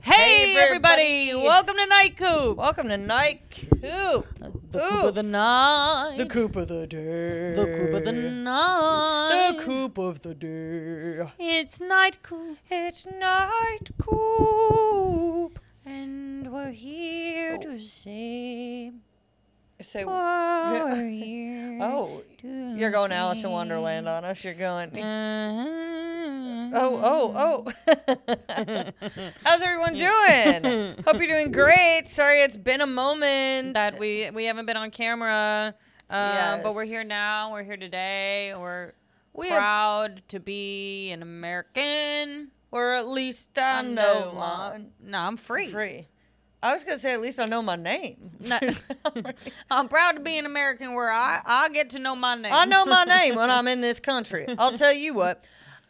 Hey everybody. Welcome to Night Coop. Welcome to Night Coop. The Coop of the Night. The Coop of the Day. The Coop of the Night. The Coop of the Day. It's Night Coop. It's Night Coop. Oh. And we're here to say So, we're here. oh, to you're going Alice in say- Wonderland on us. You're going. Oh, Oh, oh, oh. How's everyone doing? Hope you're doing great. Sorry it's been a moment. That we we haven't been on camera. Uh, But we're Yes. here now. We're here today. We're we are, proud to be an American. we're at least I, I'm know no my mon- No, I'm free. free. I was gonna say at least I know my name. No. I'm proud to be an American where I, I get to know my name. I know my name when I'm in this country. I'll tell you what.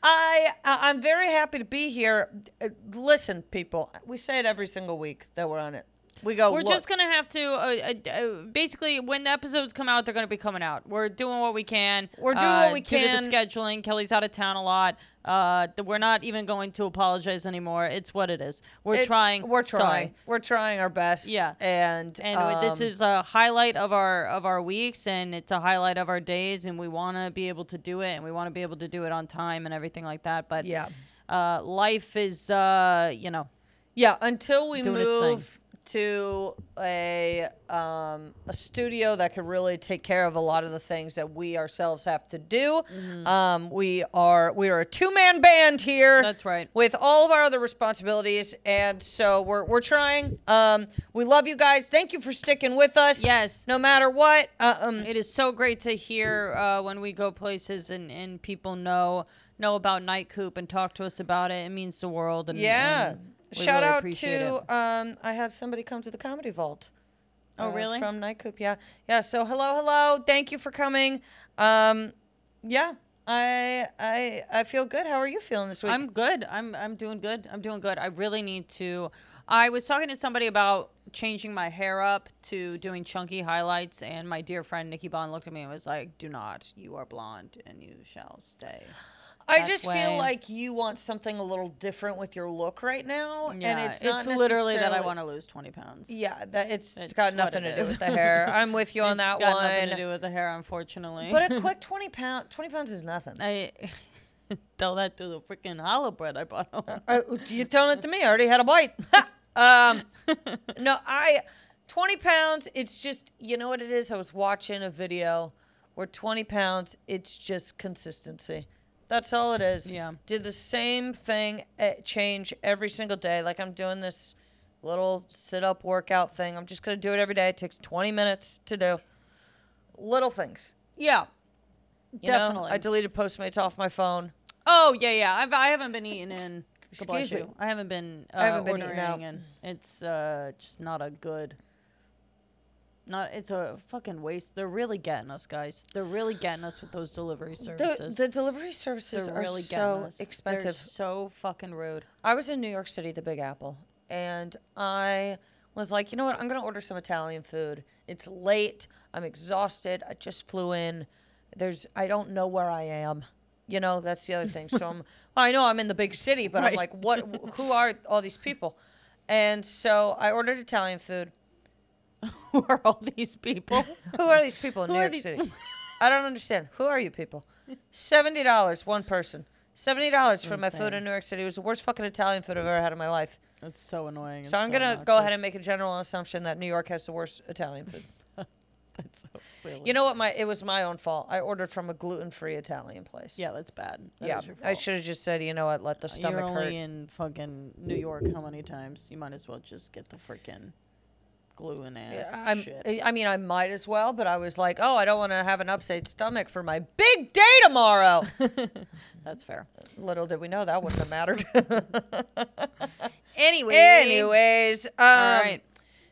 I, I I'm very happy to be here. Uh, Listen, people, we say it every single week that we're on it. We go. We're "Look." just gonna have to. Uh, uh, uh, basically, when the episodes come out, they're gonna be coming out. We're doing what we can. We're doing uh, what we due to can. The scheduling. Kelly's out of town a lot. Uh, th- we're not even going to apologize anymore. It's what it is. We're It- trying. We're Sorry. trying. We're trying our best. Yeah. And And uh, this um, is a highlight of our of our weeks, and it's a highlight of our days, and we want to be able to do it, and we want to be able to do it on time and everything like that. But Yeah. uh, life is uh, you know Yeah, until we doing its thing. move to a um, a studio that could really take care of a lot of the things that we ourselves have to do. Mm-hmm. Um, we are we are a two man band here. That's right. With all of our other responsibilities, and so we're we're trying. Um, we love you guys. Thank you for sticking with us. Yes. No matter what. Uh, um, It is so great to hear uh, when we go places and, and people know know about Night Coop and talk to us about it. It means the world. And yeah. and we Shout really out appreciate to it. um, I had somebody come to the comedy vault. Oh, uh, really? From Nightcoop, yeah, yeah. So hello, hello. Thank you for coming. Um, yeah, I I I feel good. How are you feeling this week? I'm good. I'm I'm doing good. I'm doing good. I really need to. I was talking to somebody about changing my hair up to doing chunky highlights, and my dear friend Nikki Bond looked at me and was like, "Do not. You are blonde, and you shall stay." I that just way. feel like you want something a little different with your look right now, Yeah, and it's not literally that I necessarily- want to lose twenty pounds. Yeah, that it's, It's it's got what nothing it to do is. with the hair. I'm with you on that it's got one. nothing to do with the hair, unfortunately. But a quick twenty pound twenty pounds is nothing. I tell that to the freaking hollow bread I bought home. Uh, you're telling it to me. I already had a bite. um, no, I 20 pounds. It's just you know what it is. I was watching a video where 20 pounds. It's just consistency. That's all it is. Yeah. Did the same thing eh, change every single day. Like I'm doing this little sit up workout thing. I'm just gonna do it every day. It takes 20 minutes to do. Little things. Yeah. you know? Definitely. I deleted Postmates off my phone. oh yeah, yeah. I've, I haven't been eating in. God bless Excuse me. you. I haven't been. Uh, haven't been eating ordering out. in. It's uh, just not a good. Not it's a fucking waste. They're really getting us, guys. They're really getting us with those delivery The, services. the delivery services They're are really getting so us. They're expensive. so fucking rude. I was in New York City, the Big Apple, and I was like, you know what? I'm going to order some Italian food. It's late. I'm exhausted. I just flew in. There's I don't know where I am. You know, that's the other thing. So I'm I know I'm in the big city, but I'm like, what who are all these people? And so I ordered Italian food. Who are all these people? Who are these people in Who New are York these- City? I don't understand. Who are you people? Seventy dollars one person. Seventy dollars for my food Insane. in New York City. It was the worst fucking Italian food I've ever had in my life. It's so annoying. and So I'm gonna go obnoxious. ahead and make a general assumption that New York has the worst Italian food. That's so silly. you know what? My it was my own fault. I ordered from a gluten-free Italian place. yeah, that's bad. That yeah. is your I fault. should have just said, you know what? Let the stomach You're only hurt. in fucking New York how many times? You might as well just get the freaking glue and ass Yeah, I'm, shit. I- I mean, I might as well, but I was like, oh, I don't want to have an upset stomach for my big day tomorrow. That's fair. Little did we know that wouldn't have mattered. Anyway. Anyways, um, All right.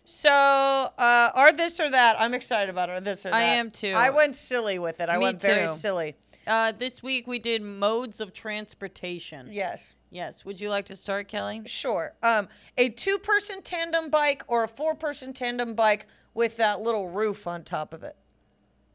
So, uh, are this or that? I'm excited about or this or that. I am too. I went silly with it. I Me went very too. silly. Uh, this week we did modes of transportation. Yes. Yes. Would you like to start, Kelly? Sure. Um, a two-person tandem bike or a four-person tandem bike with that little roof on top of it.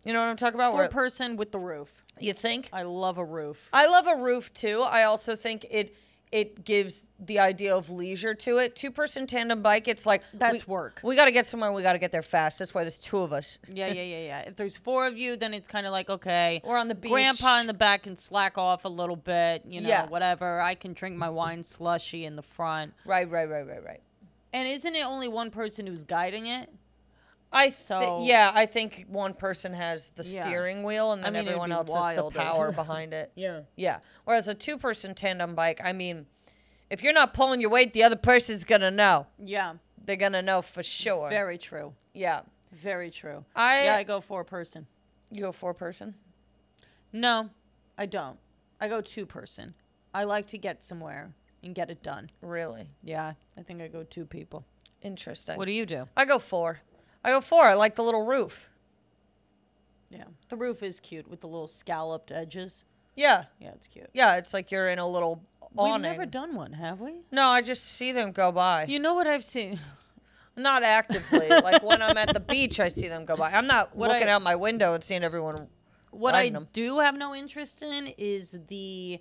You know what I'm talking about? Or Where- a person with the roof. you think? I love a roof. I love a roof too. I also think it it gives the idea of leisure to it. Two person tandem bike, it's like That's we- work. We got to get somewhere. We got to get there fast. That's why there's two of us. Yeah, yeah, yeah, yeah. If there's four of you, then it's kind of like okay. Or on the Grandpa in beach. the back can slack off a little bit, you know, Yeah. whatever. I can drink my wine slushy in the front. Right, right, right, right, right. And isn't it only one person who's guiding it? I th- So- yeah, I think one person has the Yeah. steering wheel and I then mean, it'd everyone be else has the wild if- power behind it. Yeah. Yeah. Whereas a two person tandem bike, I mean, if you're not pulling your weight, the other person's gonna know. Yeah. They're gonna know for sure. Very true. yeah. Very true. I- yeah, I go four person. You go four person? No, I don't. I go two person. I like to get somewhere and get it done. Really? Yeah, I think I go two people. Interesting. What do you do? I go four. I go four. I like the little roof. Yeah. The roof is cute with the little scalloped edges. Yeah. Yeah, it's cute. Yeah, it's like you're in a little We've awning. never done one, have we? no, I just see them go by. You know what I've seen? Not actively. like when I'm at the beach, I see them go by. I'm not What looking I- out my window and seeing everyone. What I Riding 'em. do have no interest in is the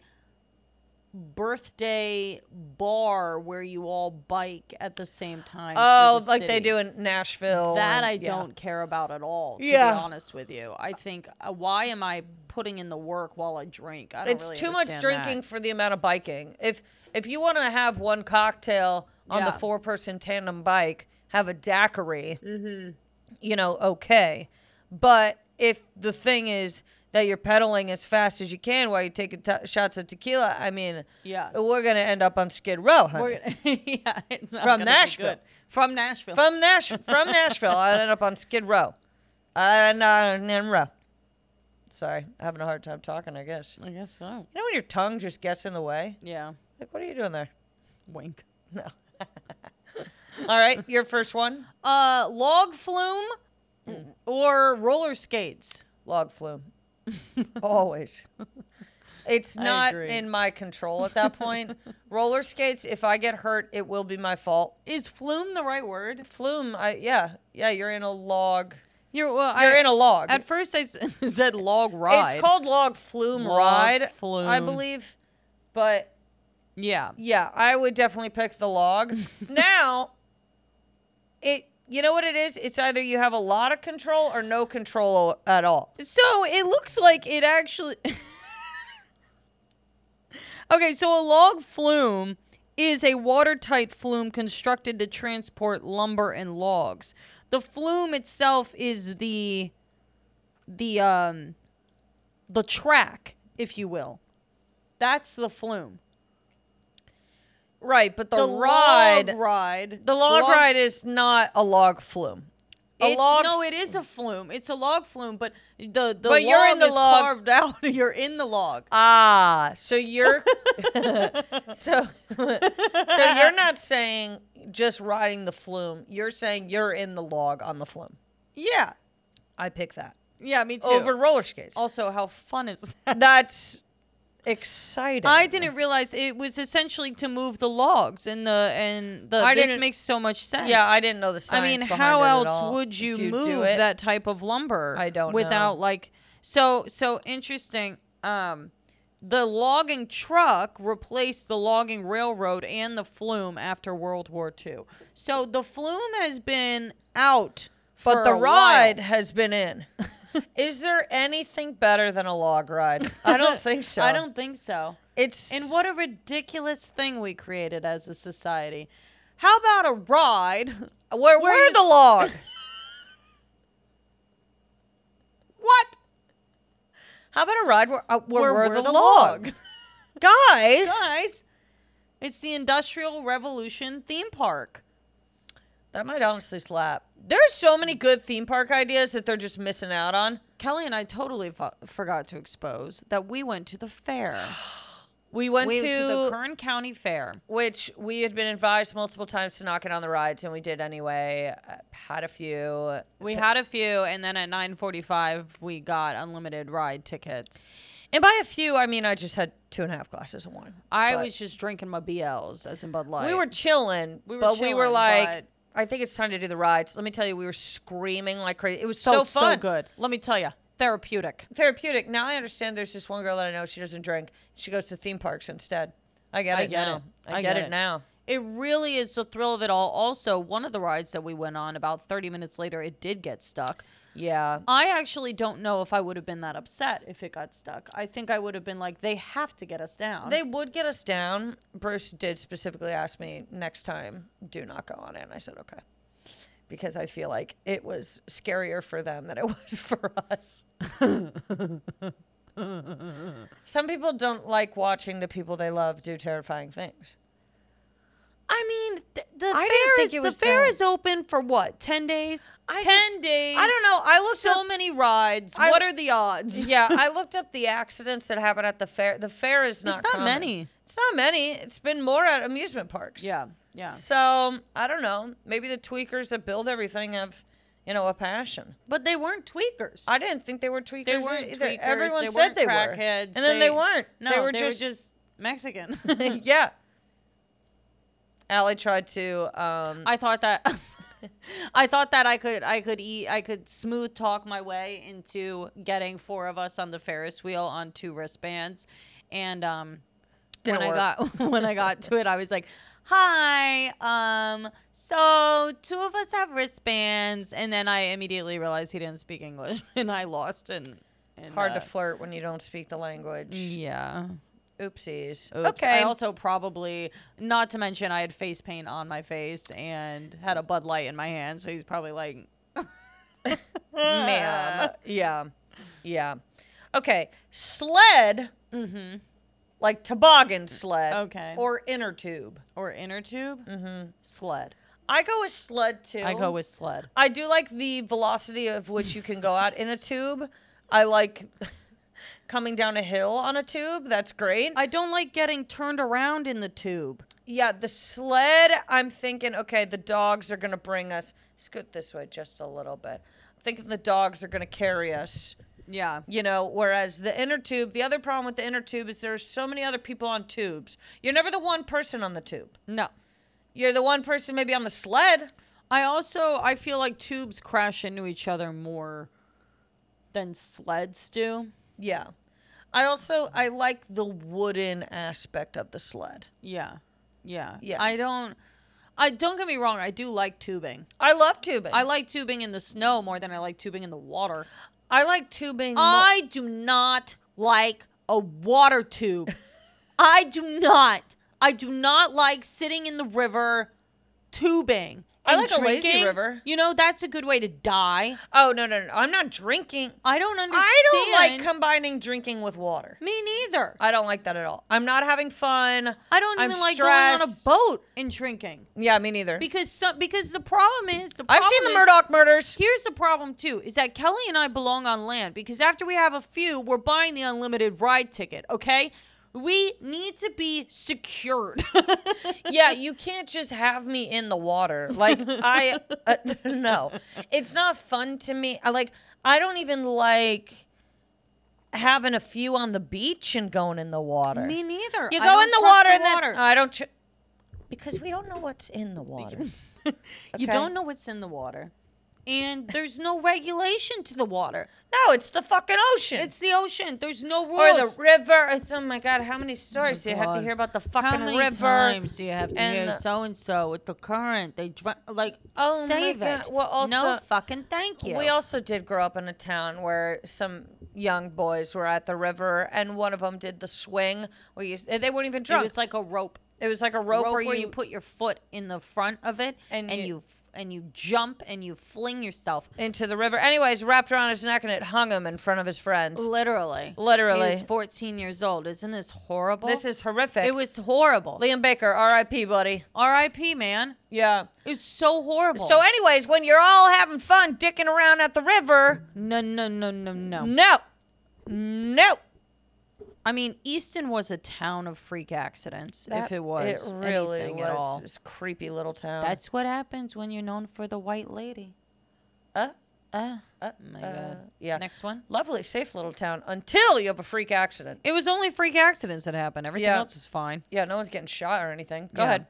birthday bar where you all bike at the same time. through Oh, the like they city. do in Nashville. That and- I yeah. don't care about at all. To Yeah. be honest with you, I think uh, why am I putting in the work while I drink? I don't It's really too much understand that. drinking for the amount of biking. If if you want to have one cocktail on the Yeah. four person tandem bike, have a daiquiri. Mm-hmm. You know, okay. But if the thing is that you're pedaling as fast as you can while you're taking t- shots of tequila, I mean, Yeah. we're gonna end up on Skid Row, honey. We're gonna- yeah, it's not From gonna be Nashville. good. From Nashville. from Nash from Nashville. I ended up on Skid Row. And uh, Nin Row. Sorry, having a hard time talking. I guess. I guess so. You know when your tongue just gets in the way? Yeah. Like, what are you doing there? Wink. No. All right, your first one. Uh, log flume Hmm. or roller skates. Log flume. Always. It's I not agree. in my control at that point. Roller skates, if I get hurt, it will be my fault. Is flume the right word? Flume, I yeah. Yeah, you're in a log. You're well. You're in a log. At first, I s- said log ride. It's called log flume Log ride, I flume. believe. But Yeah. Yeah, I would definitely pick the log. now, it you know what it is? It's either you have a lot of control or no control at all. So it looks like it actually. okay, so a log flume is a watertight flume constructed to transport lumber and logs. The flume itself is the the um the track, if you will. That's the flume. Right, but the, The ride log ride. the log, ride is not a log flume. A It's, log no, it is a flume. It's a log flume, but the the But you're in the is log- carved out. You're in the log. Ah, so you're so so you're not saying just riding the flume. You're saying you're in the log on the flume. Yeah. I pick that. Yeah, me too. Oh. Over roller skates. Also, how fun is that? That's exciting. I didn't realize it was essentially to move the logs and the and the. I this didn't- makes so much sense. Yeah, I didn't know the I science. mean, behind how it at else all. would you, Did do move it? that type of lumber? I don't know. Without like, so so interesting. Um, the logging truck replaced the logging railroad and the flume after World War II. So the flume has been out, But for the a while. ride has been in. Is there anything better than a log ride? I don't think so. I don't think so. It's And what a ridiculous thing we created as a society. How about a ride? Where where you the s- log? What? How about a ride where uh, where, Where we're we're the, the log? log. Guys, Guys, it's the Industrial Revolution theme park. that might honestly slap. There's so many good theme park ideas that they're just missing out on. Kelly and I totally fo- forgot to expose that we went to the fair. We went we to, went to the Kern County Fair. which we had been advised multiple times to not get on the rides, and we did anyway. Uh, Had a few. We had a few, and then at 9:45 we got unlimited ride tickets. And by a few, I mean I just had two and a half glasses of wine. I But was just drinking my BLs as in Bud Light. We were chilling, We were but we were chilling, like, but- I think it's time to do the rides. Let me tell you, we were screaming like crazy. It was Felt so fun, so good. Let me tell you, therapeutic. therapeutic. Now I understand. There's this one girl that I know. She doesn't drink. She goes to theme parks instead. I get it. I get now. it. I, get, it now. It really is the thrill of it all. Also, one of the rides that we went on, about 30 minutes later, it did get stuck. Yeah. I actually don't know if I would have been that upset if it got stuck. I think I would have been like, they have to get us down. They would get us down. Bruce did specifically ask me next time, do not go on it. And I said, okay. Because I feel like it was scarier for them than it was for us. Some people don't like watching the people they love do terrifying things. I mean, th- the I fair fair is think the fair is open for what? Ten days? I Ten just- days. I don't know. I looked so up- many rides. I- what are the odds? yeah, I looked up the accidents that happen at the fair. The fair is not. not common. many. It's not many. It's been more at amusement parks. Yeah. Yeah. So I don't know. Maybe the tweakers that build everything have, you know, a passion. But they weren't tweakers. I didn't think they were tweakers. they weren't either. tweakers. Everyone they said weren't they were, crackheads. and then they, weren't. No, they were just. Mexican. yeah. Allie tried to. Um, I thought that I thought that I could I could eat I could smooth talk my way into getting four of us on the Ferris wheel on two wristbands, and um, when Didn't I work. got when I got to it, I was like, "Hi, um, so two of us have wristbands," and then I immediately realized he didn't speak English, and I lost and, and hard to uh, flirt when you don't speak the language. yeah. Oopsies. Oops. Okay. I also probably, not to mention, I had face paint on my face and had a Bud Light in my hand. So he's probably like, ma'am. Yeah. Yeah. Okay. Sled. Mm-hmm. Like toboggan sled. Okay. Or inner tube. or inner tube, mm-hmm. sled. I go with sled too. I go with sled. I do like the velocity of which you can go out in a tube. I like coming down a hill on a tube. That's great. I don't like getting turned around in the tube. yeah, the sled, I'm thinking, okay, the dogs are going to bring us. Scoot this way just a little bit. I'm thinking the dogs are going to carry us. Yeah. you know whereas the inner tube the other problem with the inner tube is there's so many other people on tubes you're never the one person on the tube No. you're the one person maybe on the sled I also, I feel like tubes crash into each other more than sleds do. yeah i also i like the wooden aspect of the sled Yeah. Yeah. Yeah. I don't, I don't get me wrong. I do like tubing. i love tubing I i, like tubing in the snow more than I like tubing in the water. I like tubing more- I do not like a water tube. I do not. I do not like sitting in the river tubing. I and like a lazy drinking. river. You know, that's a good way to die. oh no no no i'm not drinking I don't understand. i don't like combining drinking with water Me neither. i don't like that at all i'm not having fun I don't I'm even like going on a stressed. boat and drinking yeah me neither because some because the problem is the problem i've seen the is- murdoch murders Here's the problem too: is that Kelly and I belong on land because after we have a few, we're buying the unlimited ride ticket. Okay, we need to be secured. yeah, you can't just have me in the water. Like I uh, no. It's not fun to me. I like I don't even like having a few on the beach and going in the water. Me neither. you I go don't in the trust water and then water. Uh, I don't tr- because we don't know what's in the water. you okay. don't know what's in the water, and there's no regulation to the water. No, it's the fucking ocean. It's the ocean. There's no or the rules. river. It's, oh my god, how many stories do you have to God. hear about the fucking How many river? times do you have to and hear the- so and so with the current? They dr- like Oh my save God. it. Well, no also- fucking thank you. We also did grow up in a town where some young boys were at the river, and one of them did the swing. We used, they weren't even it drunk. was like a rope. like a rope, rope where, you, put your foot in the front of it And and, you- you, and you jump and you fling yourself into the river. Anyways, wrapped around his neck, and it hung him in front of his friends. literally Literally. he was 14 years old isn't this horrible This is horrific. it was horrible Liam Baker, R.I.P. buddy. rip man Yeah. it was so horrible So, anyways, when you're all having fun dicking around at the river, no no no no no no, no. i mean easton was a town of freak accidents if it was it really anything was at all this creepy little town. that's what happens when you're known for the white lady Uh, uh, uh, my uh, God. yeah. next one Lovely, safe little town until you have a freak accident. it was only freak accidents that happened everything Yeah. else was fine Yeah, no one's getting shot or anything. Go Yeah. ahead.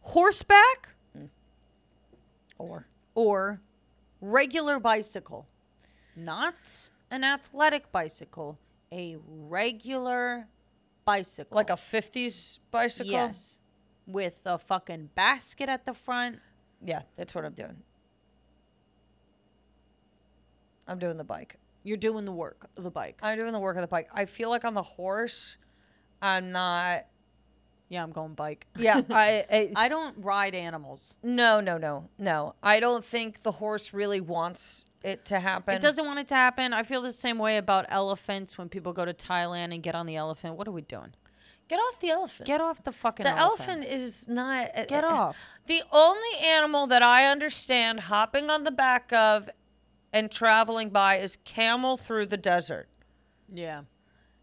horseback Or or regular bicycle. Not an athletic bicycle, a regular bicycle. Like a 50s bicycle? Yes. With a fucking basket at the front. Yeah, that's what I'm doing. I'm doing the bike. You're doing the work, the bike. I'm doing the work of the bike. I feel like on the horse, I'm not. Yeah, I'm going bike. Yeah, I, I, I don't ride animals. No, no, no, no. I don't think the horse really wants it to happen. It doesn't want it to happen. I feel the same way about elephants when people go to Thailand and get on the elephant. What are we doing? Get off the elephant. Get off the fucking the elephant. elephant. is not. uh, Get off. The only animal that I understand hopping on the back of and traveling by is camel through the desert. Yeah.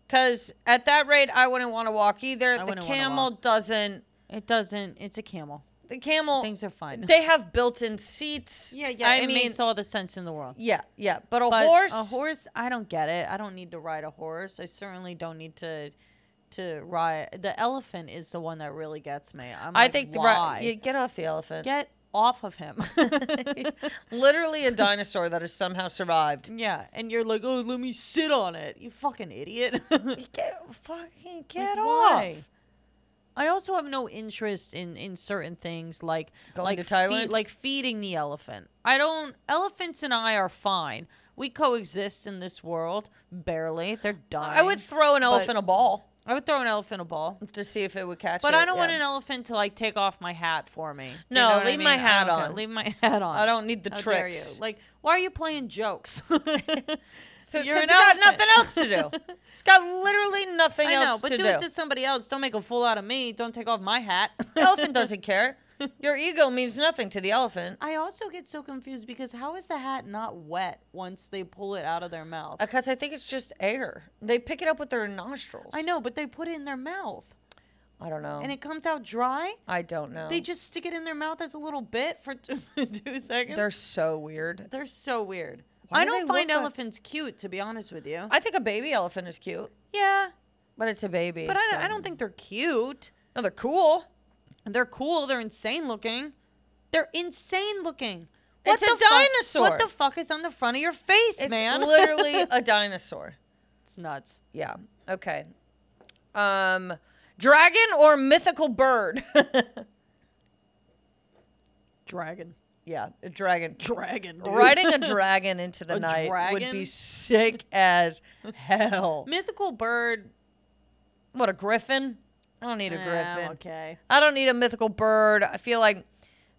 Because at that rate, I wouldn't want to walk either. the wouldn't wanna camel doesn't. It doesn't. It's a camel. The camel. Things are fine. They have built-in seats. Yeah, yeah. I it mean, makes all the sense in the world. yeah, yeah. But a But horse. a horse, I don't get it. I don't need to ride a horse. I certainly don't need to to ride. The elephant is the one that really gets me. I'm I like, think the why? right. You get off the elephant. get off of him. Literally a dinosaur that has somehow survived. yeah, and you're like, oh, let me sit on it. You fucking idiot. Like, Get fucking get why? off. I also have no interest in in certain things like Going like to Thailand? like feeding the elephant. I don't. Elephants and I are fine. We coexist in this world barely. They're dying. I would throw an elephant a ball I would throw an elephant a ball. to see if it would catch But it, I don't want yeah. an elephant to like take off my hat for me. Do you No, know what I leave my mean? I hat don't care. on. Leave my hat on. I don't need the How dare you. tricks. Like, why are you playing jokes? So you're 'cause an it's got elephant. nothing else to do. It's got literally nothing I know, else but to do, do. it to somebody else. Don't make a fool out of me. Don't take off my hat. The elephant doesn't care. Your ego means nothing to the elephant. I also get so confused because how is the hat not wet once they pull it out of their mouth? Because uh, I think it's just air. They pick it up with their nostrils. I know, but they put it in their mouth I don't know. and it comes out dry. I don't know. They just stick it in their mouth as a little bit for two, two seconds. They're so weird. They're so weird. Why I do don't they find look like- elephants cute, to be honest with you. I think a baby elephant is cute, yeah, but it's a baby. but I, I so- don't think they're cute. No, they're cool. They're cool. They're insane looking. They're insane looking. What It's a fu- dinosaur. what the fuck is on the front of your face, It's man? literally a dinosaur. it's nuts. Yeah. Okay. Um, dragon or mythical bird? Dragon. yeah, a dragon. Dragon. Riding a dragon into the A night would dragon? be sick as hell. Mythical bird. What a griffin? I don't need a griffin. Oh, okay. I don't need a mythical bird. I feel like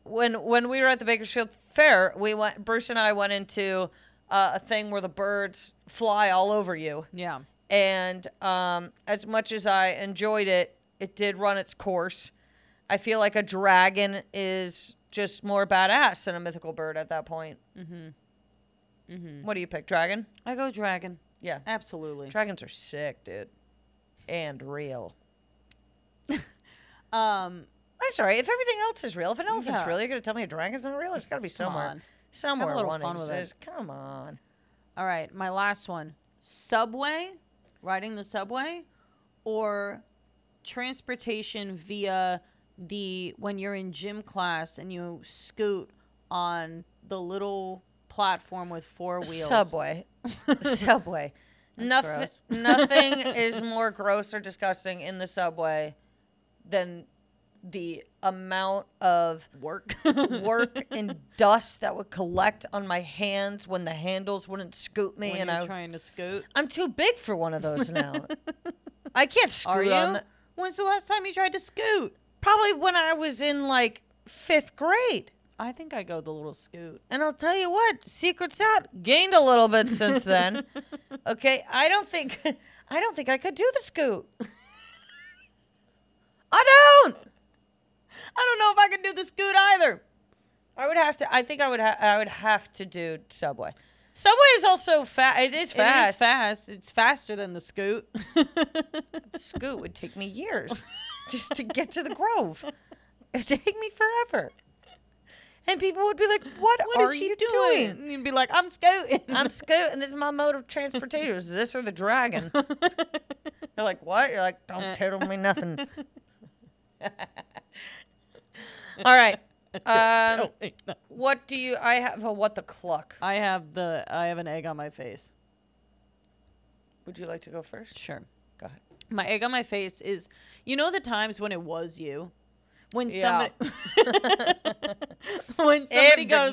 when when we were at the Bakersfield Fair, we went. Bruce and I went into uh, a thing where the birds fly all over you, Yeah. and um, as much as I enjoyed it, it did run its course. I feel like a dragon is just more badass than a mythical bird at that point. Mm-hmm. Mm-hmm. What do you pick, dragon? I go dragon. Yeah, Absolutely. dragons are sick, dude, and real. um. I'm sorry. If everything else is real, if an elephant's Yeah. real, you're gonna tell me a dragon's not real? It's gotta be somewhere. on. Somewhere little one fun with it. exists. Come on. All right. My last one. Subway. Riding the subway, or transportation via the when you're in gym class and you scoot on the little platform with four wheels. Subway. subway. Nothing. gross. nothing is more gross or disgusting in the subway than the amount of work. work and dust that would collect on my hands when the handles wouldn't scoot me, when and you're I. trying to scoot. I'm too big for one of those now. I can't scoot Are on. you? the- When's the last time you tried to scoot? probably when I was in like fifth grade. I think I go the little scoot. And I'll tell you what, secrets out gained a little bit since then. okay, I don't think I don't think I could do the scoot. I don't. I don't know if I can do the scoot either. I would have to. I think I would. Ha- I would have to do subway. Subway is also fast. It It is is fast. fast. It's faster than the scoot. Scoot would take me years just to get to the Grove. It would take me forever. And people would be like, "What, What is are she you doing? doing? And you'd be like, I'm scooting. I'm scooting. This is my mode of transportation. Is this or the dragon? You're like, what? You're like, don't tell me nothing. All right. Um, what do you? I have a what the cluck. I have the I have an egg on my face. Would you like to go first? Sure. Go ahead. My egg on my face is, you know, the times when it was you, when Yeah. somebody, when somebody Every goes,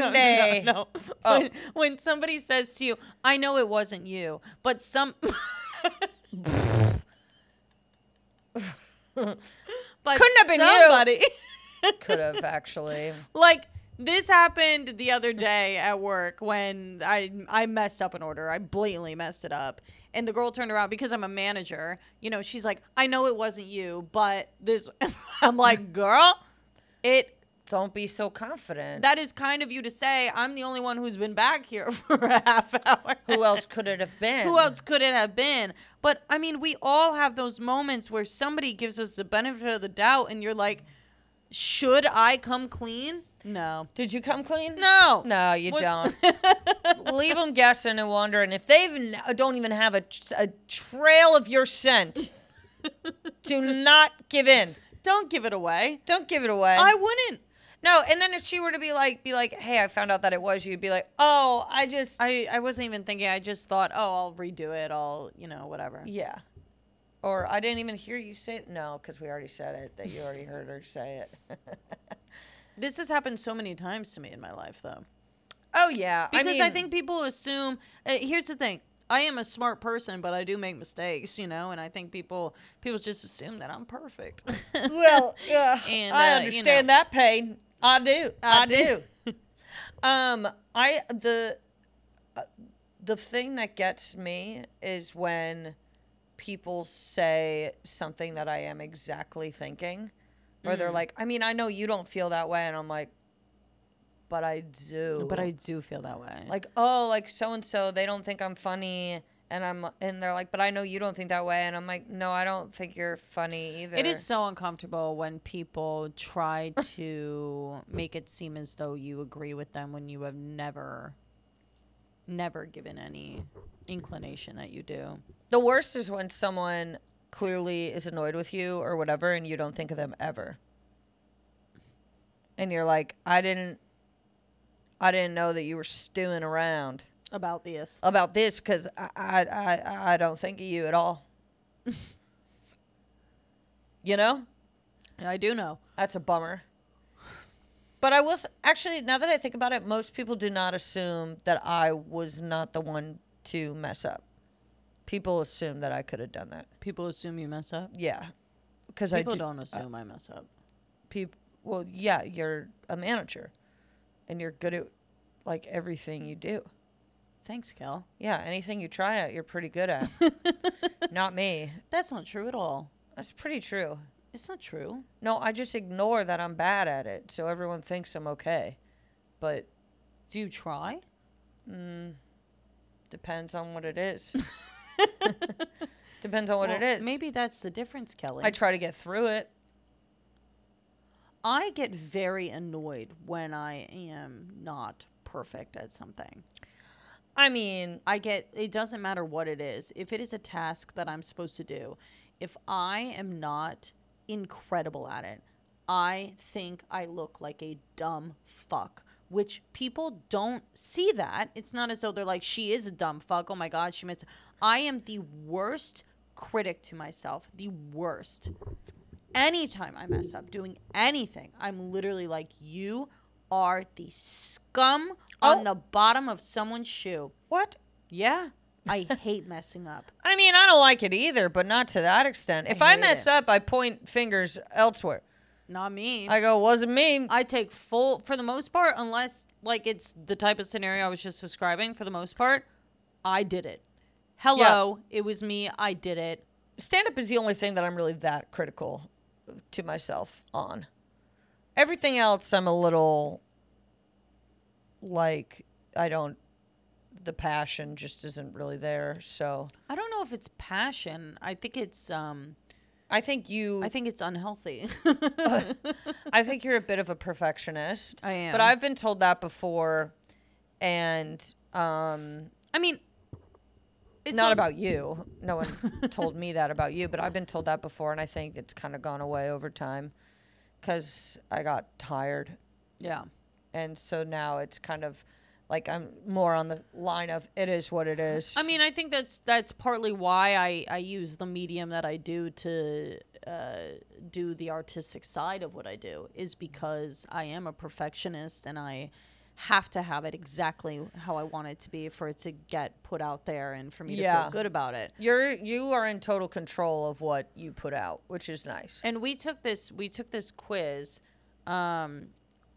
no, day. no, no. Oh. When, when somebody says to you, I know it wasn't you, but some, but Couldn't have been you. somebody, Could have actually. like this happened the other day at work when I I messed up an order. I blatantly messed it up. And the girl turned around because I'm a manager, you know, she's like, "I know it wasn't you, but this I'm like, "Girl, it Don't be so confident. that is kind of you to say. I'm the only one who's been back here for a half hour." Who else could it have been? Who else could it have been? But I mean, we all have those moments where somebody gives us the benefit of the doubt, and you're like, should I come clean? No. Did you come clean? No. No, you What- don't. Leave them guessing and wondering if they even don't even have a, a trail of your scent. Do not give in. Don't give it away. Don't give it away. I wouldn't. no, and then if she were to be like, be like, hey, I found out that it was you, you'd be like, oh, I just, I, I wasn't even thinking. I just thought, oh, I'll redo it. I'll, you know, whatever. yeah. Or I didn't even hear you say no, because we already said it. That you already heard her say it. This has happened so many times to me in my life, though. oh yeah, Because I, mean, think people assume. Uh, here's the thing. I am a smart person, but I do make mistakes, you know, and I think people people just assume that I'm perfect. Well, yeah, And, I uh, you know. understand that pain. I do. I, I do. do. um, I the uh, the thing that gets me is when people say something that I am exactly thinking, or Mm. they're like, "I mean, I know you don't feel that way," and I'm like, "But I do." but I do feel that way. like, "Oh, like so and so, they don't think I'm funny." And I'm, and they're like, but I know you don't think that way. And I'm like, no, I don't think you're funny either. It is so uncomfortable when people try to make it seem as though you agree with them when you have never, never given any inclination that you do. The worst is when someone clearly is annoyed with you or whatever and you don't think of them ever. And you're like, I didn't I didn't know that you were stewing around About this. about this because I, I I I don't think of you at all. you know? I do know. That's a bummer. But I will s- actually now that I think about it, most people do not assume that I was not the one to mess up. People assume that I could have done that. People assume you mess up. Yeah, because I People do, don't assume I mess up. People, well, yeah, you're a manager, and you're good at like everything you do. Thanks, Kel. Yeah, anything you try at, you're pretty good at. Not me. That's not true at all. That's pretty true. It's not true. No, I just ignore that I'm bad at it, so everyone thinks I'm okay. But mm, Do you try? depends on what it is. depends on what it Well, is. Maybe that's the difference, Kelly. I try to get through it. I get very annoyed when I am not perfect at something. I mean, I get it doesn't matter what it is. If it is a task that I'm supposed to do, if I am not incredible at it, I think I look like a dumb fuck, which people don't see that. It's not as though they're like she is a dumb fuck. Oh my god, she makes I am the worst critic to myself. The worst. Anytime I mess up doing anything, I'm literally like you are the scum Oh. on the bottom of someone's shoe. what? Yeah. I hate messing up. I mean, I don't like it either, but not to that extent. If I, hate mess it. up, I point fingers elsewhere. Not me. I, I go, wasn't me. take full for the most part, unless like it's the type of scenario I was just describing, for the most part, I did it. Hello, it was me, I did it. Stand up is the only thing that I'm really that critical to myself on. Everything else, I'm a little like, I don't, the passion just isn't really there. So I don't know if it's passion. I think it's um I think you, I think it's unhealthy. I think you're a bit of a perfectionist. I am. But I've been told that before. And, um, I mean it's not also- about you. No one told me that about you, but I've been told that before, and I think it's kind of gone away over time because I got tired, Yeah. and so now it's kind of Like I'm more on the line of it is what it is. I mean, I think that's that's partly why I, I use the medium that I do to uh, do the artistic side of what I do is because I am a perfectionist and I have to have it exactly how I want it to be for it to get put out there and for me to Yeah. feel good about it. you're you are in total control of what you put out, which is nice. And we took this we took this quiz. Um,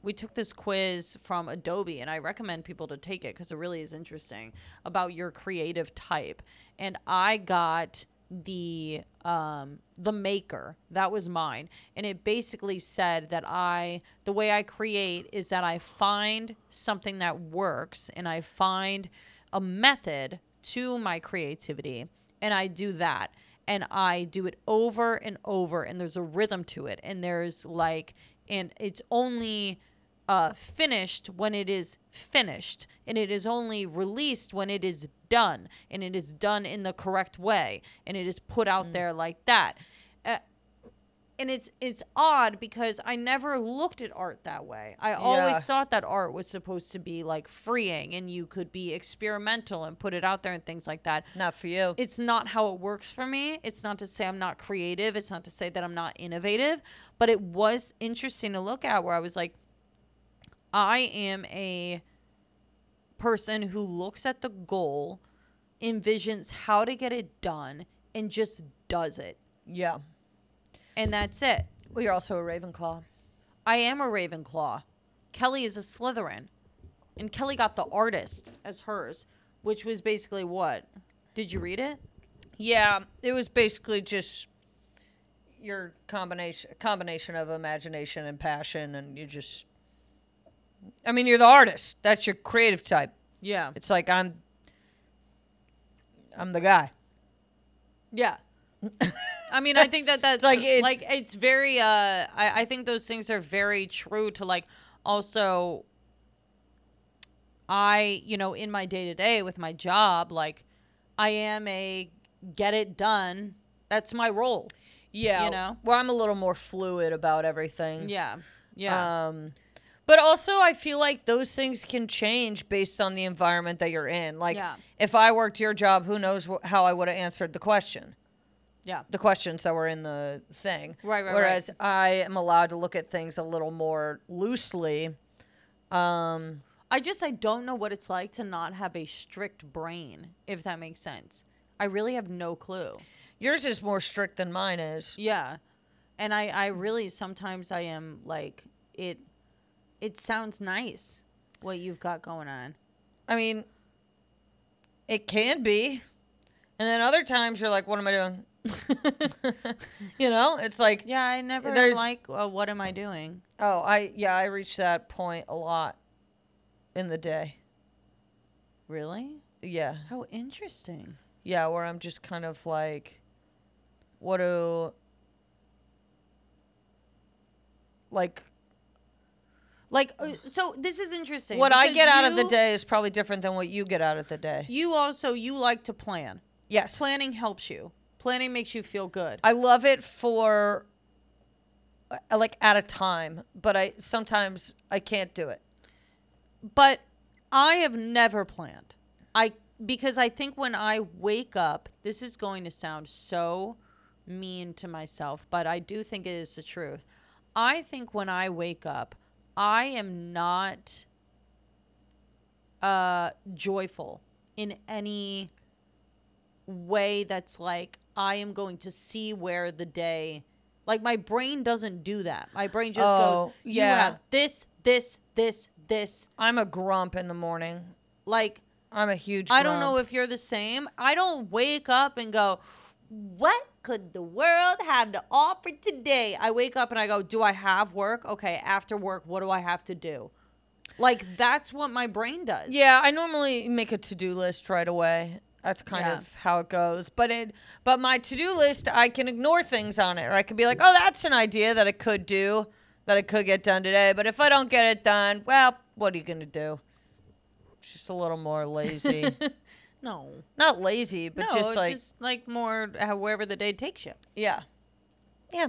we took this quiz from Adobe, and I recommend people to take it because it really is interesting about your creative type. And I got the um, the maker that was mine, and it basically said that I the way I create is that I find something that works, and I find a method to my creativity, and I do that and I do it over and over, and there's a rhythm to it, and there's like, and it's only uh, finished when it is finished, and it is only released when it is done, and it is done in the correct way, and it is put out there like that. Uh, and it's it's odd because I never looked at art that way. I Yeah. always thought that art was supposed to be like freeing, and you could be experimental and put it out there and things like that Not for you. it's not how it works for me. It's not to say I'm not creative. It's not to say that I'm not innovative, but it was interesting to look at where I was like, I am a person who looks at the goal, envisions how to get it done, and just does it. yeah. And that's it. Well, you're also a Ravenclaw. I am a Ravenclaw. Kelly is a Slytherin. And Kelly got the artist as hers, which was basically what? Did you read it? Yeah, it was basically just your combination combination of imagination and passion, and you just. I mean, you're the artist. That's your creative type. Yeah. It's like I'm. I'm the guy. Yeah. I mean, I think that that's like like, it's, it's- like it's very. Uh, I I think those things are very true to like. Also, I you know in my day to day with my job, like I am a get it done. That's my role. Yeah, You know? Well, I'm a little more fluid about everything. Yeah. Uh, Yeah. Um, but also, I feel like those things can change based on the environment that you're in. Like, Yeah. if I worked your job, who knows wh- how I would have answered the question. yeah. the questions that were in the thing. Right, right, right. Whereas I am allowed to look at things a little more loosely. Um, I just I don't know what it's like to not have a strict brain, if that makes sense. I really have no clue. yours is more strict than mine is. Yeah. And I I really sometimes I am like it it sounds nice what you've got going on. I mean, it can be. And then other times you're like, what am I doing? you know, it's like, Yeah, I never There's- like uh, what am I doing? oh, I, yeah, I reach that point a lot in the day. Really? Yeah. How interesting. Yeah, where I'm just kind of like, what do, like, Like uh, so this is interesting. What I because get out of the you- day is probably different than what you get out of the day. You also you like to plan. Yes. Planning helps you. Planning makes you feel good. I love it for uh, like at a time, but I sometimes I can't do it. but I have never planned. I because I think when I wake up, this is going to sound so mean to myself, but I do think it is the truth. I think when I wake up, I am not uh joyful in any way that's like I am going to see where the day like my brain doesn't do that. My brain just Oh, goes, you yeah. have this, this, this, this, I'm a grump in the morning. like I'm a huge I don't know if you're the same. I don't wake up and go, "What could the world have to offer today?" I wake up and I go, "Do I have work? Okay, after work, what do I have to do?" Like that's what my brain does. Yeah, I normally make a to-do list right away. That's kind Yeah. of how it goes. But it but my to-do list, I can ignore things on it. Or I can be like, "Oh, that's an idea that I could do, that I could get done today." But if I don't get it done, well, what are you going to do? It's just a little more lazy. No. Not lazy, but no, just like just like more however the day takes you. yeah. Yeah.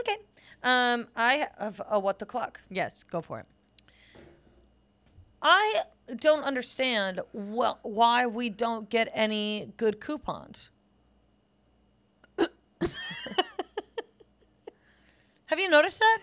Okay. Um I have a what the clock. Yes, go for it. I don't understand wh- why we don't get any good coupons. Have you noticed that?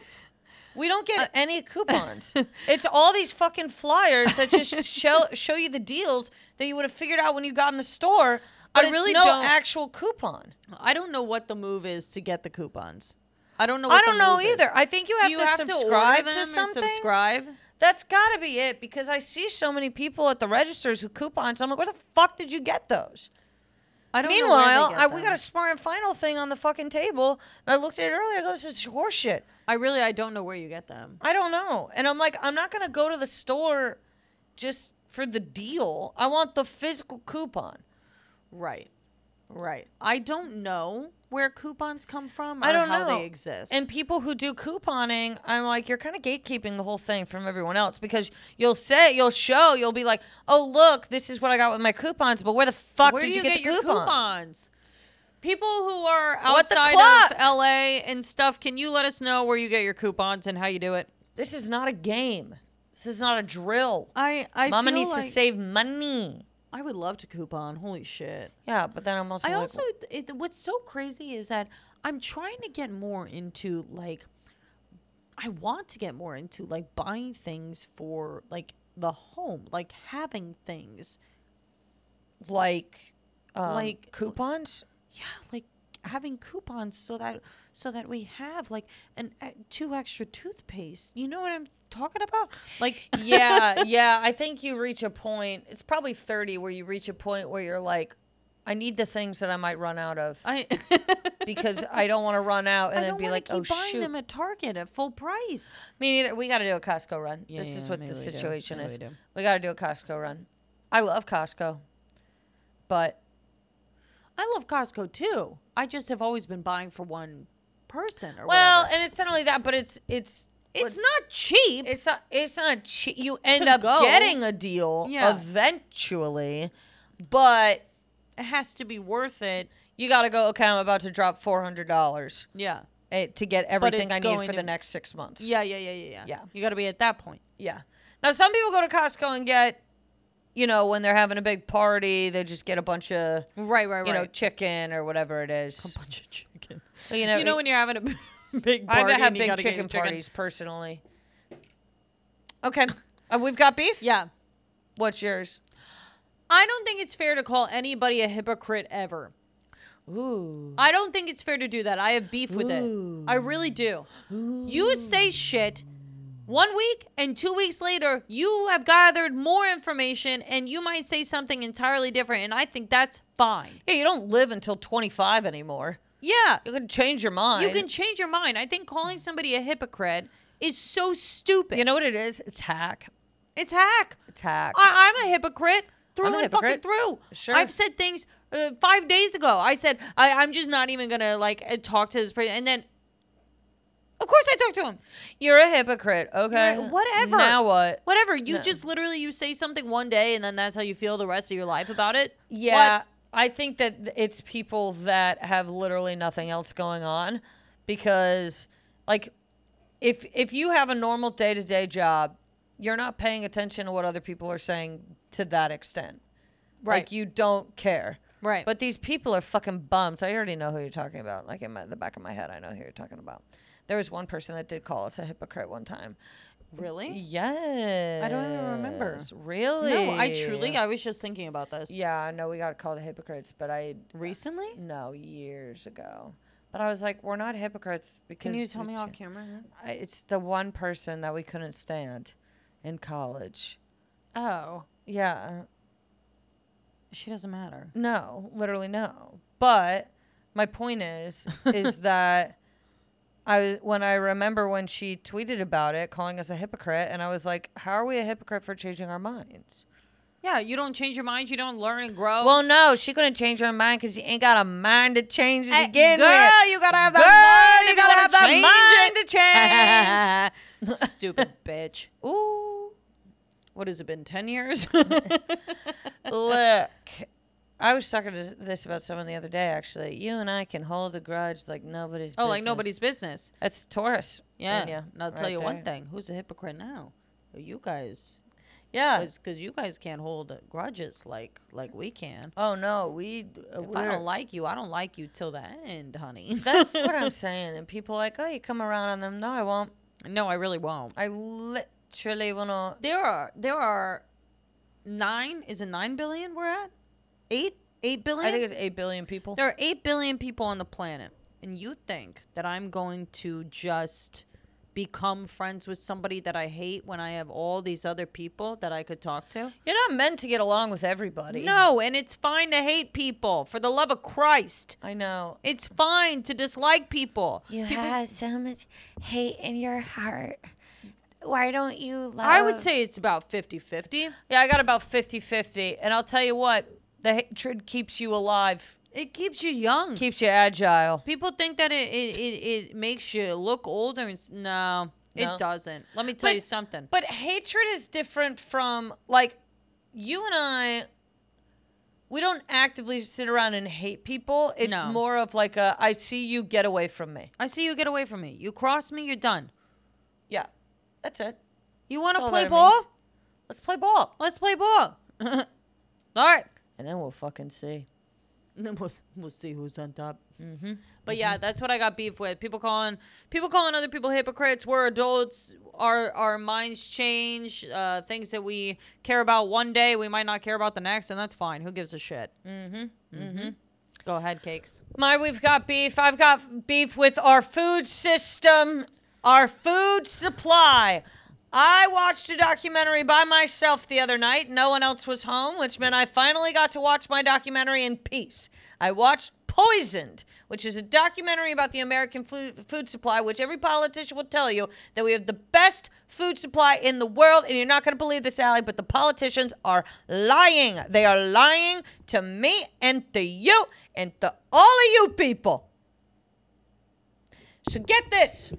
We don't get any coupons. it's all these fucking flyers that just show show you the deals that you would have figured out when you got in the store. But I it's really no don't- actual coupon. I don't know what the move is to get the coupons. I don't know. I What don't the know move is. either. I think you have Do you to have to subscribe order to, them something. Or subscribe. That's got to be it because I see so many people at the registers who coupons. I'm like, where the fuck did you get those? I don't. know where Meanwhile, they get I, we got them. a smart and final thing on the fucking table, and I looked at it earlier. I go, this is horseshit. I really. I don't know where you get them. I don't know, and I'm like, I'm not gonna go to the store just for the deal. I want the physical coupon. Right. Right. I don't know where coupons come from. I or don't how know they exist. And people who do couponing, I'm like, you're kind of gatekeeping the whole thing from everyone else because you'll say, you'll show, you'll be like, oh look, this is what I got with my coupons, but where the fuck where did do you get, the your coupon? coupons? People who are What the outside cluck? of LA and stuff, can you let us know where you get your coupons and how you do it? This is not a game. This is not a drill. I I Mama feel needs like to save money. I would love to coupon. Holy shit. Yeah, but then I'm also. I like, also it, what's so crazy is that I'm trying to get more into like I want to get more into like buying things for like the home, like having things. like, um, Like- coupons. yeah like having coupons so that so that we have like an e- two extra toothpaste you know what i'm talking about like yeah, yeah. I think you reach a point. It's probably 30 where you reach a point where you're like, I need the things that I might run out of i because I don't want to run out and I then don't be wanna like, keep oh buying shoot. them at Target at full price. Me neither. We got to do a Costco run. Yeah, this yeah, is what maybe the we do. situation Maybe is. we We, do. got to do a Costco run. I love Costco, but I love Costco too. I just have always been buying for one person or well, whatever. and it's not only that, but it's it's it's not cheap. It's not. It's not. Che- you end To up go. getting a deal Yeah. eventually, but It has to be worth it. you got to go. Okay, I'm about to drop four hundred dollars eh, Yeah. to get everything it's I need going for to- the next six months. Yeah, yeah, yeah, yeah, yeah. Yeah. You got to be at that point. Yeah. Now some people go to Costco and get, you know, when they're having a big party, they just get a bunch of, Right, right, right. you know, chicken or whatever it is. bunch of chicken. Well, you know, you know when you're having a b- big I party, have and you big gotta get chicken your chicken parties personally. Okay, Uh, we've got beef. Yeah. What's yours? I don't think it's fair to call anybody a hypocrite ever. Ooh. I don't think it's fair to do that. I have beef with it. I really do. You say shit one week and two weeks later, you have gathered more information and you might say something entirely different. And I think that's fine. Yeah, you don't live until 25 anymore. Yeah. You can change your mind. You can change your mind. I think calling somebody a hypocrite is so stupid. You know what it is? It's hack. it's hack. It's hack. I, I'm a hypocrite through I'm a and hypocrite. fucking through. Sure. I've said things uh, five days ago. I said I, I'm just not even gonna like uh, talk to this person, and then of course I talk to him. You're a hypocrite. Okay. Right, whatever. Now what? Whatever. You No. just literally you say something one day, and then that's how you feel the rest of your life about it. Yeah. What? I think that th- it's people that have literally nothing else going on because like if if you have a normal day-to-day job, you're not paying attention to what other people are saying to that extent. Like Right. you don't care. Right. But these people are fucking bums. I already know who you're talking about. Like in my, the back of my head, I know who you're talking about. There was one person that did call us a hypocrite one time. Really? Yes. even remember. Really? No, I truly. I was just thinking about this Yeah, I know we got called hypocrites, but I recently. no years ago. But I was like, we're not hypocrites because Can you tell me how? off camera? It's the one person that we couldn't stand in college. Oh, Yeah. she doesn't matter. No, literally no. But my point is, is that I when I remember when she tweeted about it, calling us a hypocrite, and I was like, "How are we a hypocrite for changing our minds?" Yeah, you don't change your mind. You don't learn and grow. Well, no, she couldn't change her mind because she ain't got a mind to change it Hey, again. girl, you gotta have that mind You if you gotta wanna have that mind to change. Stupid bitch. Ooh, What has it been? Ten years? look. I was talking to this about someone the other day. Actually, you and I can hold a grudge like nobody's. oh, like business. nobody's business. That's Taurus. Yeah. in ya, And I'll tell right you one there. thing. Who's a hypocrite now? You guys. Yeah. because you guys can't hold grudges like like we can. Oh no, we. Uh, If I we're- don't like you, I don't like you till the end, honey. that's what I'm saying. And people are like, oh, you come around on them. No, I won't. no, I really won't. I literally will not. There are there are nine. Is it nine billion? We're at eight eight billion. I think it's eight billion people. There are 8 billion people on the planet, and you think that I'm going to just become friends with somebody that I hate when I have all these other people that I could talk to? You're not meant to get along with everybody. No, and it's fine to hate people for the love of Christ. I know. It's fine to dislike people. You People- have so much hate in your heart. Why don't you love? I would say it's about 50 50. Yeah, I got about 50-50. and I'll tell you what, the hatred keeps you alive, It keeps you young. keeps you agile. people think that it, it, it, it makes you look older. And s- no, No. it doesn't. Let me tell But- you something. But hatred is different from like you and I. We don't actively sit around and hate people. It's No. more of like a I see you, get away from me. I see you get away from me. You cross me, you're done. Yeah, that's it. You want That's to all play that it ball? means. Let's play ball, Let's play ball. All right. and then we'll fucking see. Then we'll, we'll see who's on top. Mm-hmm. But yeah, that's what I got beef with. People calling people calling other people hypocrites. We're adults. Our our minds change. Uh, things that we care about one day, we might not care about the next, and that's fine. Who gives a shit? Mm-hmm. Mm-hmm. Go ahead, cakes. My, we've got beef. I've got beef with our food system, our food supply. I watched a documentary by myself the other night. No one else was home, which meant I finally got to watch my documentary in peace. I watched Poisoned, which is a documentary about the American flu- food supply, which every politician will tell you that we have the best food supply in the world. And you're not going to believe this, Allie, but the politicians are lying. They are lying to me and to you and to all of you people. So get this.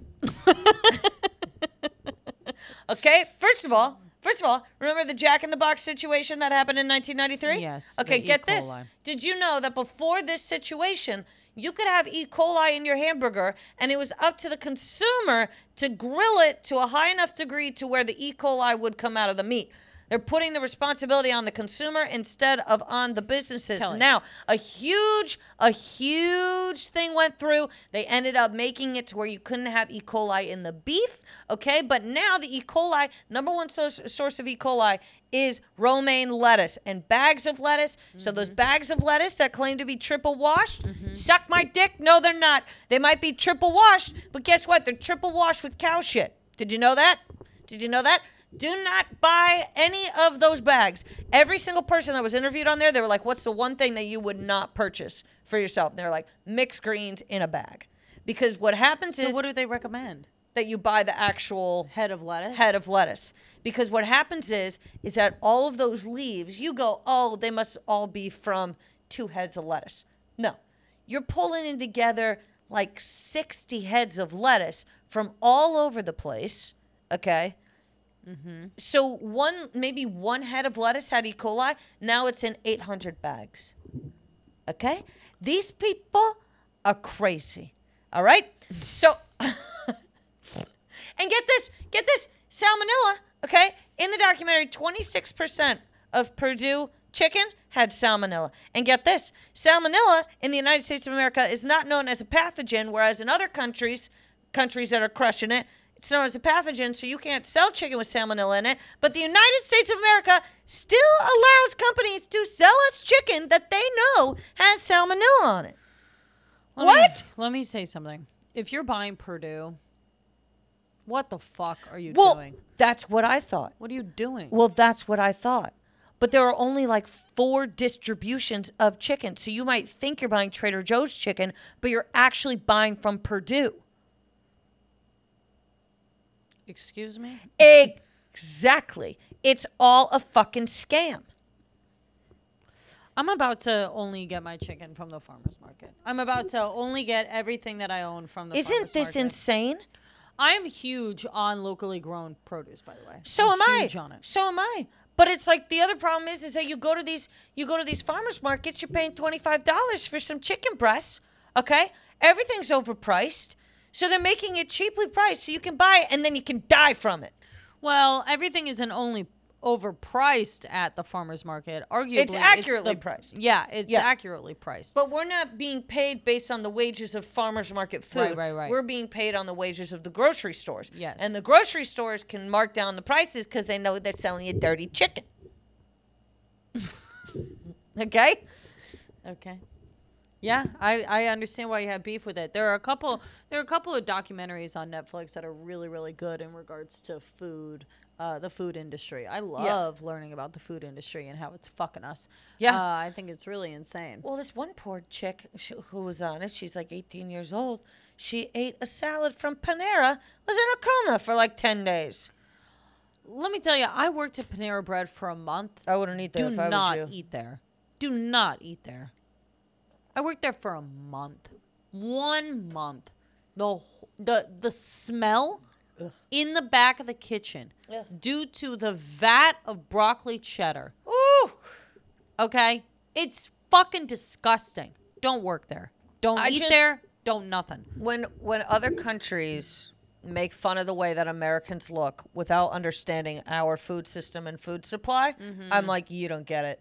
okay, first of all, first of all, remember the Jack in the Box situation that happened in 1993? Yes, Okay, the E. get this. coli. Did you know that before this situation, you could have E. coli in your hamburger, and it was up to the consumer to grill it to a high enough degree to where the E. coli would come out of the meat. They're putting the responsibility on the consumer instead of on the businesses. Kelly. Now, a huge, a huge thing went through. They ended up making it to where you couldn't have E. coli in the beef, okay? But now the E. coli, number one source, source of E. coli is romaine lettuce and bags of lettuce. So those Mm-hmm. bags of lettuce that claim to be triple washed, suck my dick. No, they're not. They might be triple washed, but guess what? They're triple washed with cow shit. Did you know that? Did you know that? Do not buy any of those bags. Every single person that was interviewed on there, they were like, "What's the one thing that you would not purchase for yourself?" And they're like, "Mixed greens in a bag," because what happens So is what do they recommend? that you buy the actual Head of lettuce. head of lettuce because what happens is is that all of those leaves you go oh they must all be from two heads of lettuce no you're pulling in together like 60 heads of lettuce from all over the place okay so one maybe one head of lettuce had e coli now it's in 800 bags okay these people are crazy all right so and get this, get this, salmonella, okay? In the documentary, 26% of Purdue chicken had salmonella. And get this, salmonella in the United States of America is not known as a pathogen, whereas in other countries, countries that are crushing it, it's known as a pathogen, so you can't sell chicken with salmonella in it. But the United States of America still allows companies to sell us chicken that they know has salmonella on it. Let What? Me, let me say something. If you're buying Purdue, what the fuck are you Well, doing? that's what I thought. What are you doing? Well, that's what I thought. But there are only like four distributions of chicken. So you might think you're buying Trader Joe's chicken, but you're actually buying from Purdue. Excuse me? Exactly. It's all a fucking scam. I'm about to only get my chicken from the farmer's market. I'm about to only get everything that I own from the Isn't farmer's this market. insane? I'm huge on locally grown produce, by the way. So I'm am I. huge on it. So am I. But it's like the other problem is is that you go to these you go to these farmers markets, you're paying twenty five dollars for some chicken breasts. Okay? Everything's overpriced. So they're making it cheaply priced so you can buy it and then you can die from it. Well, everything isn't only overpriced at the farmers market. Arguably, the- accurately priced. Yeah, it's Yeah. accurately priced. But we're not being paid based on the wages of farmers market food. Right, right, right. We're being paid on the wages of the grocery stores. Yes. And the grocery stores can mark down the prices because they know they're selling you dirty chicken. okay? Okay. Yeah, I, I understand why you have beef with it. There are a couple there are a couple of documentaries on Netflix that are really really good in regards to food, uh, the food industry. I love learning about the food industry and how it's fucking us. Yeah. uh, I think it's really insane. Well, this one poor chick sh- who was honest, she's like 18 years old. She ate a salad from Panera, was in a coma for like 10 days. Let me tell you, I worked at Panera Bread for a month. I wouldn't eat that Do if I not was you. eat there. Do not eat there. I worked there for a month. One month. The wh- the the smell in the back of the kitchen Ugh. due to the vat of broccoli cheddar. Ooh, Okay? It's fucking disgusting. Don't work there. Don't I eat just- there. Don't nothing. when when other countries make fun of the way that Americans look without understanding our food system and food supply, I'm like, you don't get it.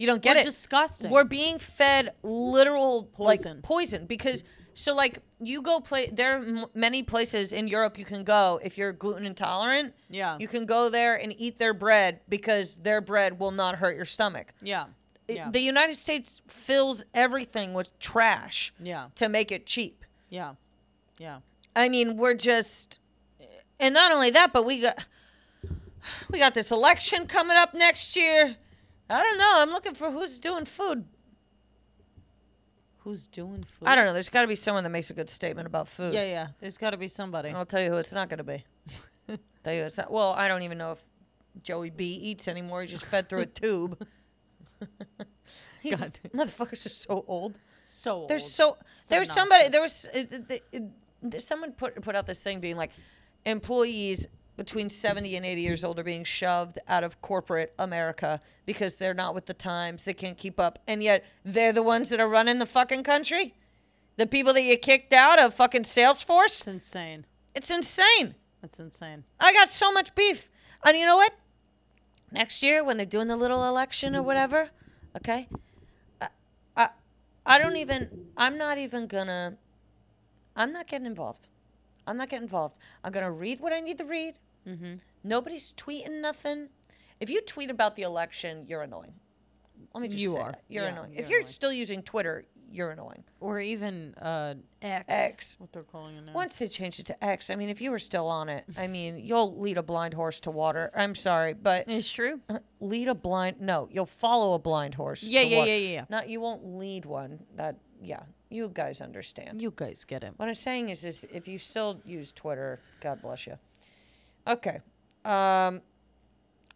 You don't get Mm-hmm. We're it. disgusting. We're being fed literal Poison. like poison because so like you go play there are m- many places in Europe you can go if you're gluten intolerant. Yeah. You can go there and eat their bread because their bread will not hurt your stomach. Yeah. It- Yeah. The United States fills everything with trash Yeah. to make it cheap. Yeah. Yeah. I mean, we're just, and not only that, but we got, we got this election coming up next year. I don't know. I'm looking for who's doing food. Who's doing food? I don't know. There's got to be someone that makes a good statement about food. Yeah, yeah. There's got to be somebody. I'll tell you who it's not going to be. tell you it's not. Well, I don't even know if Joey B eats anymore. He's just fed through a tube. He's, God. motherfuckers are so old. So There's old. so there was obnoxious. somebody there was uh, th- th- th- th- someone put put out this thing being like employees between 70 and 80 years old are being shoved out of corporate America because they're not with the times, they can't keep up. And yet they're the ones that are running the fucking country. The people that you kicked out of fucking Salesforce. It's insane. It's insane. That's insane. I got so much beef. And you know what? Next year, when they're doing the little election or whatever, okay, I, I, I don't even. I'm not even gonna. I'm not getting involved. I'm not getting involved. I'm gonna read what I need to read. Mm-hmm. Nobody's tweeting nothing. If you tweet about the election, you're annoying. Let me just You say are. that. You're Yeah, annoying. you're if you're annoying. still using Twitter, you're annoying. Or even uh, X. X. What they're calling it now. Once they changed it to X, I mean, if you were still on it, I mean, you'll lead a blind horse to water. I'm sorry, but It's true. lead a blind no you'll follow a blind horse Yeah, to yeah, water. yeah, yeah, yeah. not you won't lead one that yeah you guys understand You guys get it. what i'm saying is this if you still use twitter god bless you okay um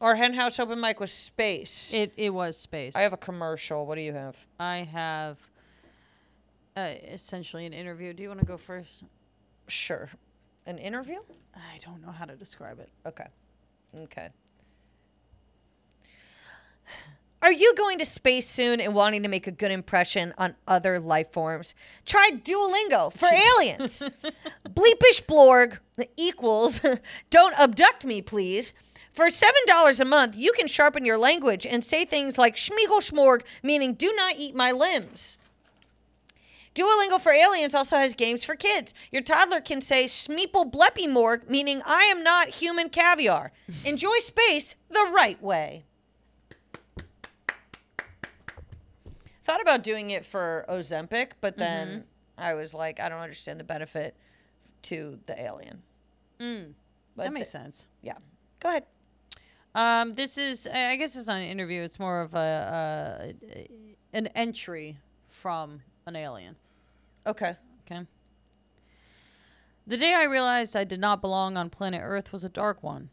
our hen house open mic was space It it was space. i have a commercial what do you have I have uh, essentially an interview. Do you want to go first? sure an interview I don't know how to describe it. okay okay Are you going to space soon and wanting to make a good impression on other life forms? Try Duolingo for aliens. Bleepish Blorg equals don't abduct me, please. For $7 a month, you can sharpen your language and say things like Schmiegel Schmorg, meaning do not eat my limbs. Duolingo for Aliens also has games for kids. Your toddler can say Schmeeple Bleppy Morg, meaning I am not human caviar. Enjoy space the right way. thought about doing it for Ozempic, Mm-hmm. but then I was like, I don't understand the benefit to the alien. But Mm. that makes the- sense. Yeah. Go ahead. Um, this is I I guess it's not an interview. It's more of a, uh an entry from an alien. Okay. Okay. The day I realized I did not belong on planet Earth was a dark one.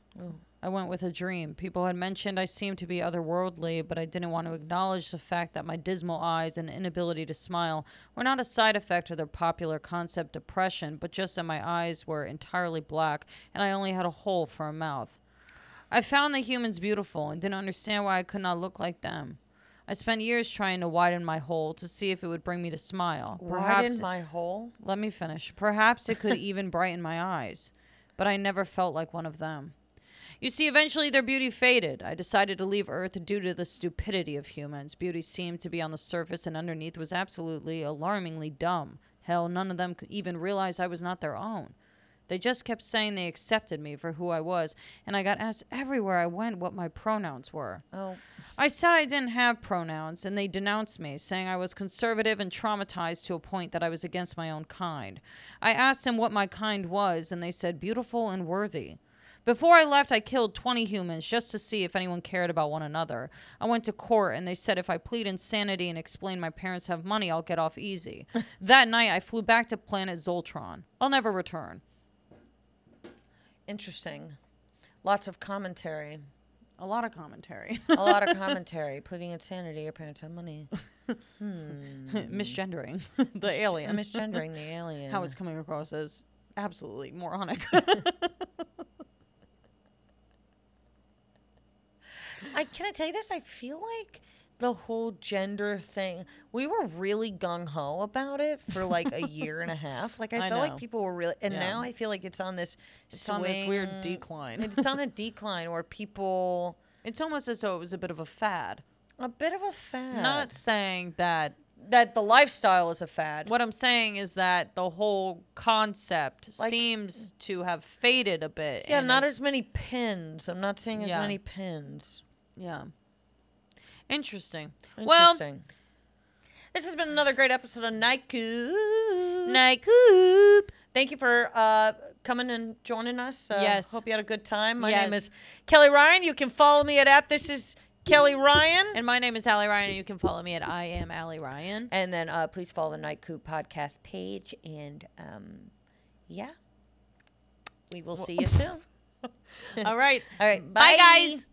I went with a dream. People had mentioned I seemed to be otherworldly, but I didn't want to acknowledge the fact that my dismal eyes and inability to smile were not a side effect of their popular concept depression, but just that my eyes were entirely black and I only had a hole for a mouth. I found the humans beautiful and didn't understand why I could not look like them. I spent years trying to widen my hole to see if it would bring me to smile. Perhaps my hole? let me finish. Perhaps it could even brighten my eyes, but I never felt like one of them. You see, eventually their beauty faded. I decided to leave Earth due to the stupidity of humans. Beauty seemed to be on the surface, and underneath was absolutely alarmingly dumb. Hell, none of them could even realized I was not their own. They just kept saying they accepted me for who I was, and I got asked everywhere I went what my pronouns were. Oh, I said I didn't have pronouns, and they denounced me, saying I was conservative and traumatized to a point that I was against my own kind. I asked them what my kind was, and they said beautiful and worthy. Before I left, I killed 20 humans just to see if anyone cared about one another. I went to court, and they said if I plead insanity and explain my parents have money, I'll get off easy. that night, I flew back to planet Zoltron. I'll never return. interesting. Lots of commentary. A lot of commentary. A lot of commentary. Pleading insanity. Your parents have money. Hmm. Misgendering the alien. Misgendering the alien. how it's coming across as absolutely moronic. I can I tell you this? I feel like the whole gender thing. We were really gung ho about it for like a year and a half. Like I, I felt like know. people were really, and Yeah. now I feel like it's on this it's on this weird swing- decline. it's on a decline where people It's almost as though it was a bit of a fad. a bit of a fad. Not saying that. that the lifestyle is a fad. What I'm saying is that the whole concept Like- seems to have faded a bit. Yeah, and not it's- as many pins. I'm not seeing as Yeah. many pins. Yeah. Interesting. Well, Interesting. this has been another great episode of Night Coop. night coop. Thank you for uh, coming and joining us. Uh, Yes. Hope you had a good time. My name Yes. is Kelly Ryan. You can follow me at, at this is Kelly Ryan. And my name is Allie Ryan, and you can follow me at I am Allie Ryan. And then uh, please follow the Night Coop podcast page. And um, yeah, we will see you soon. All right. All right. Bye, guys.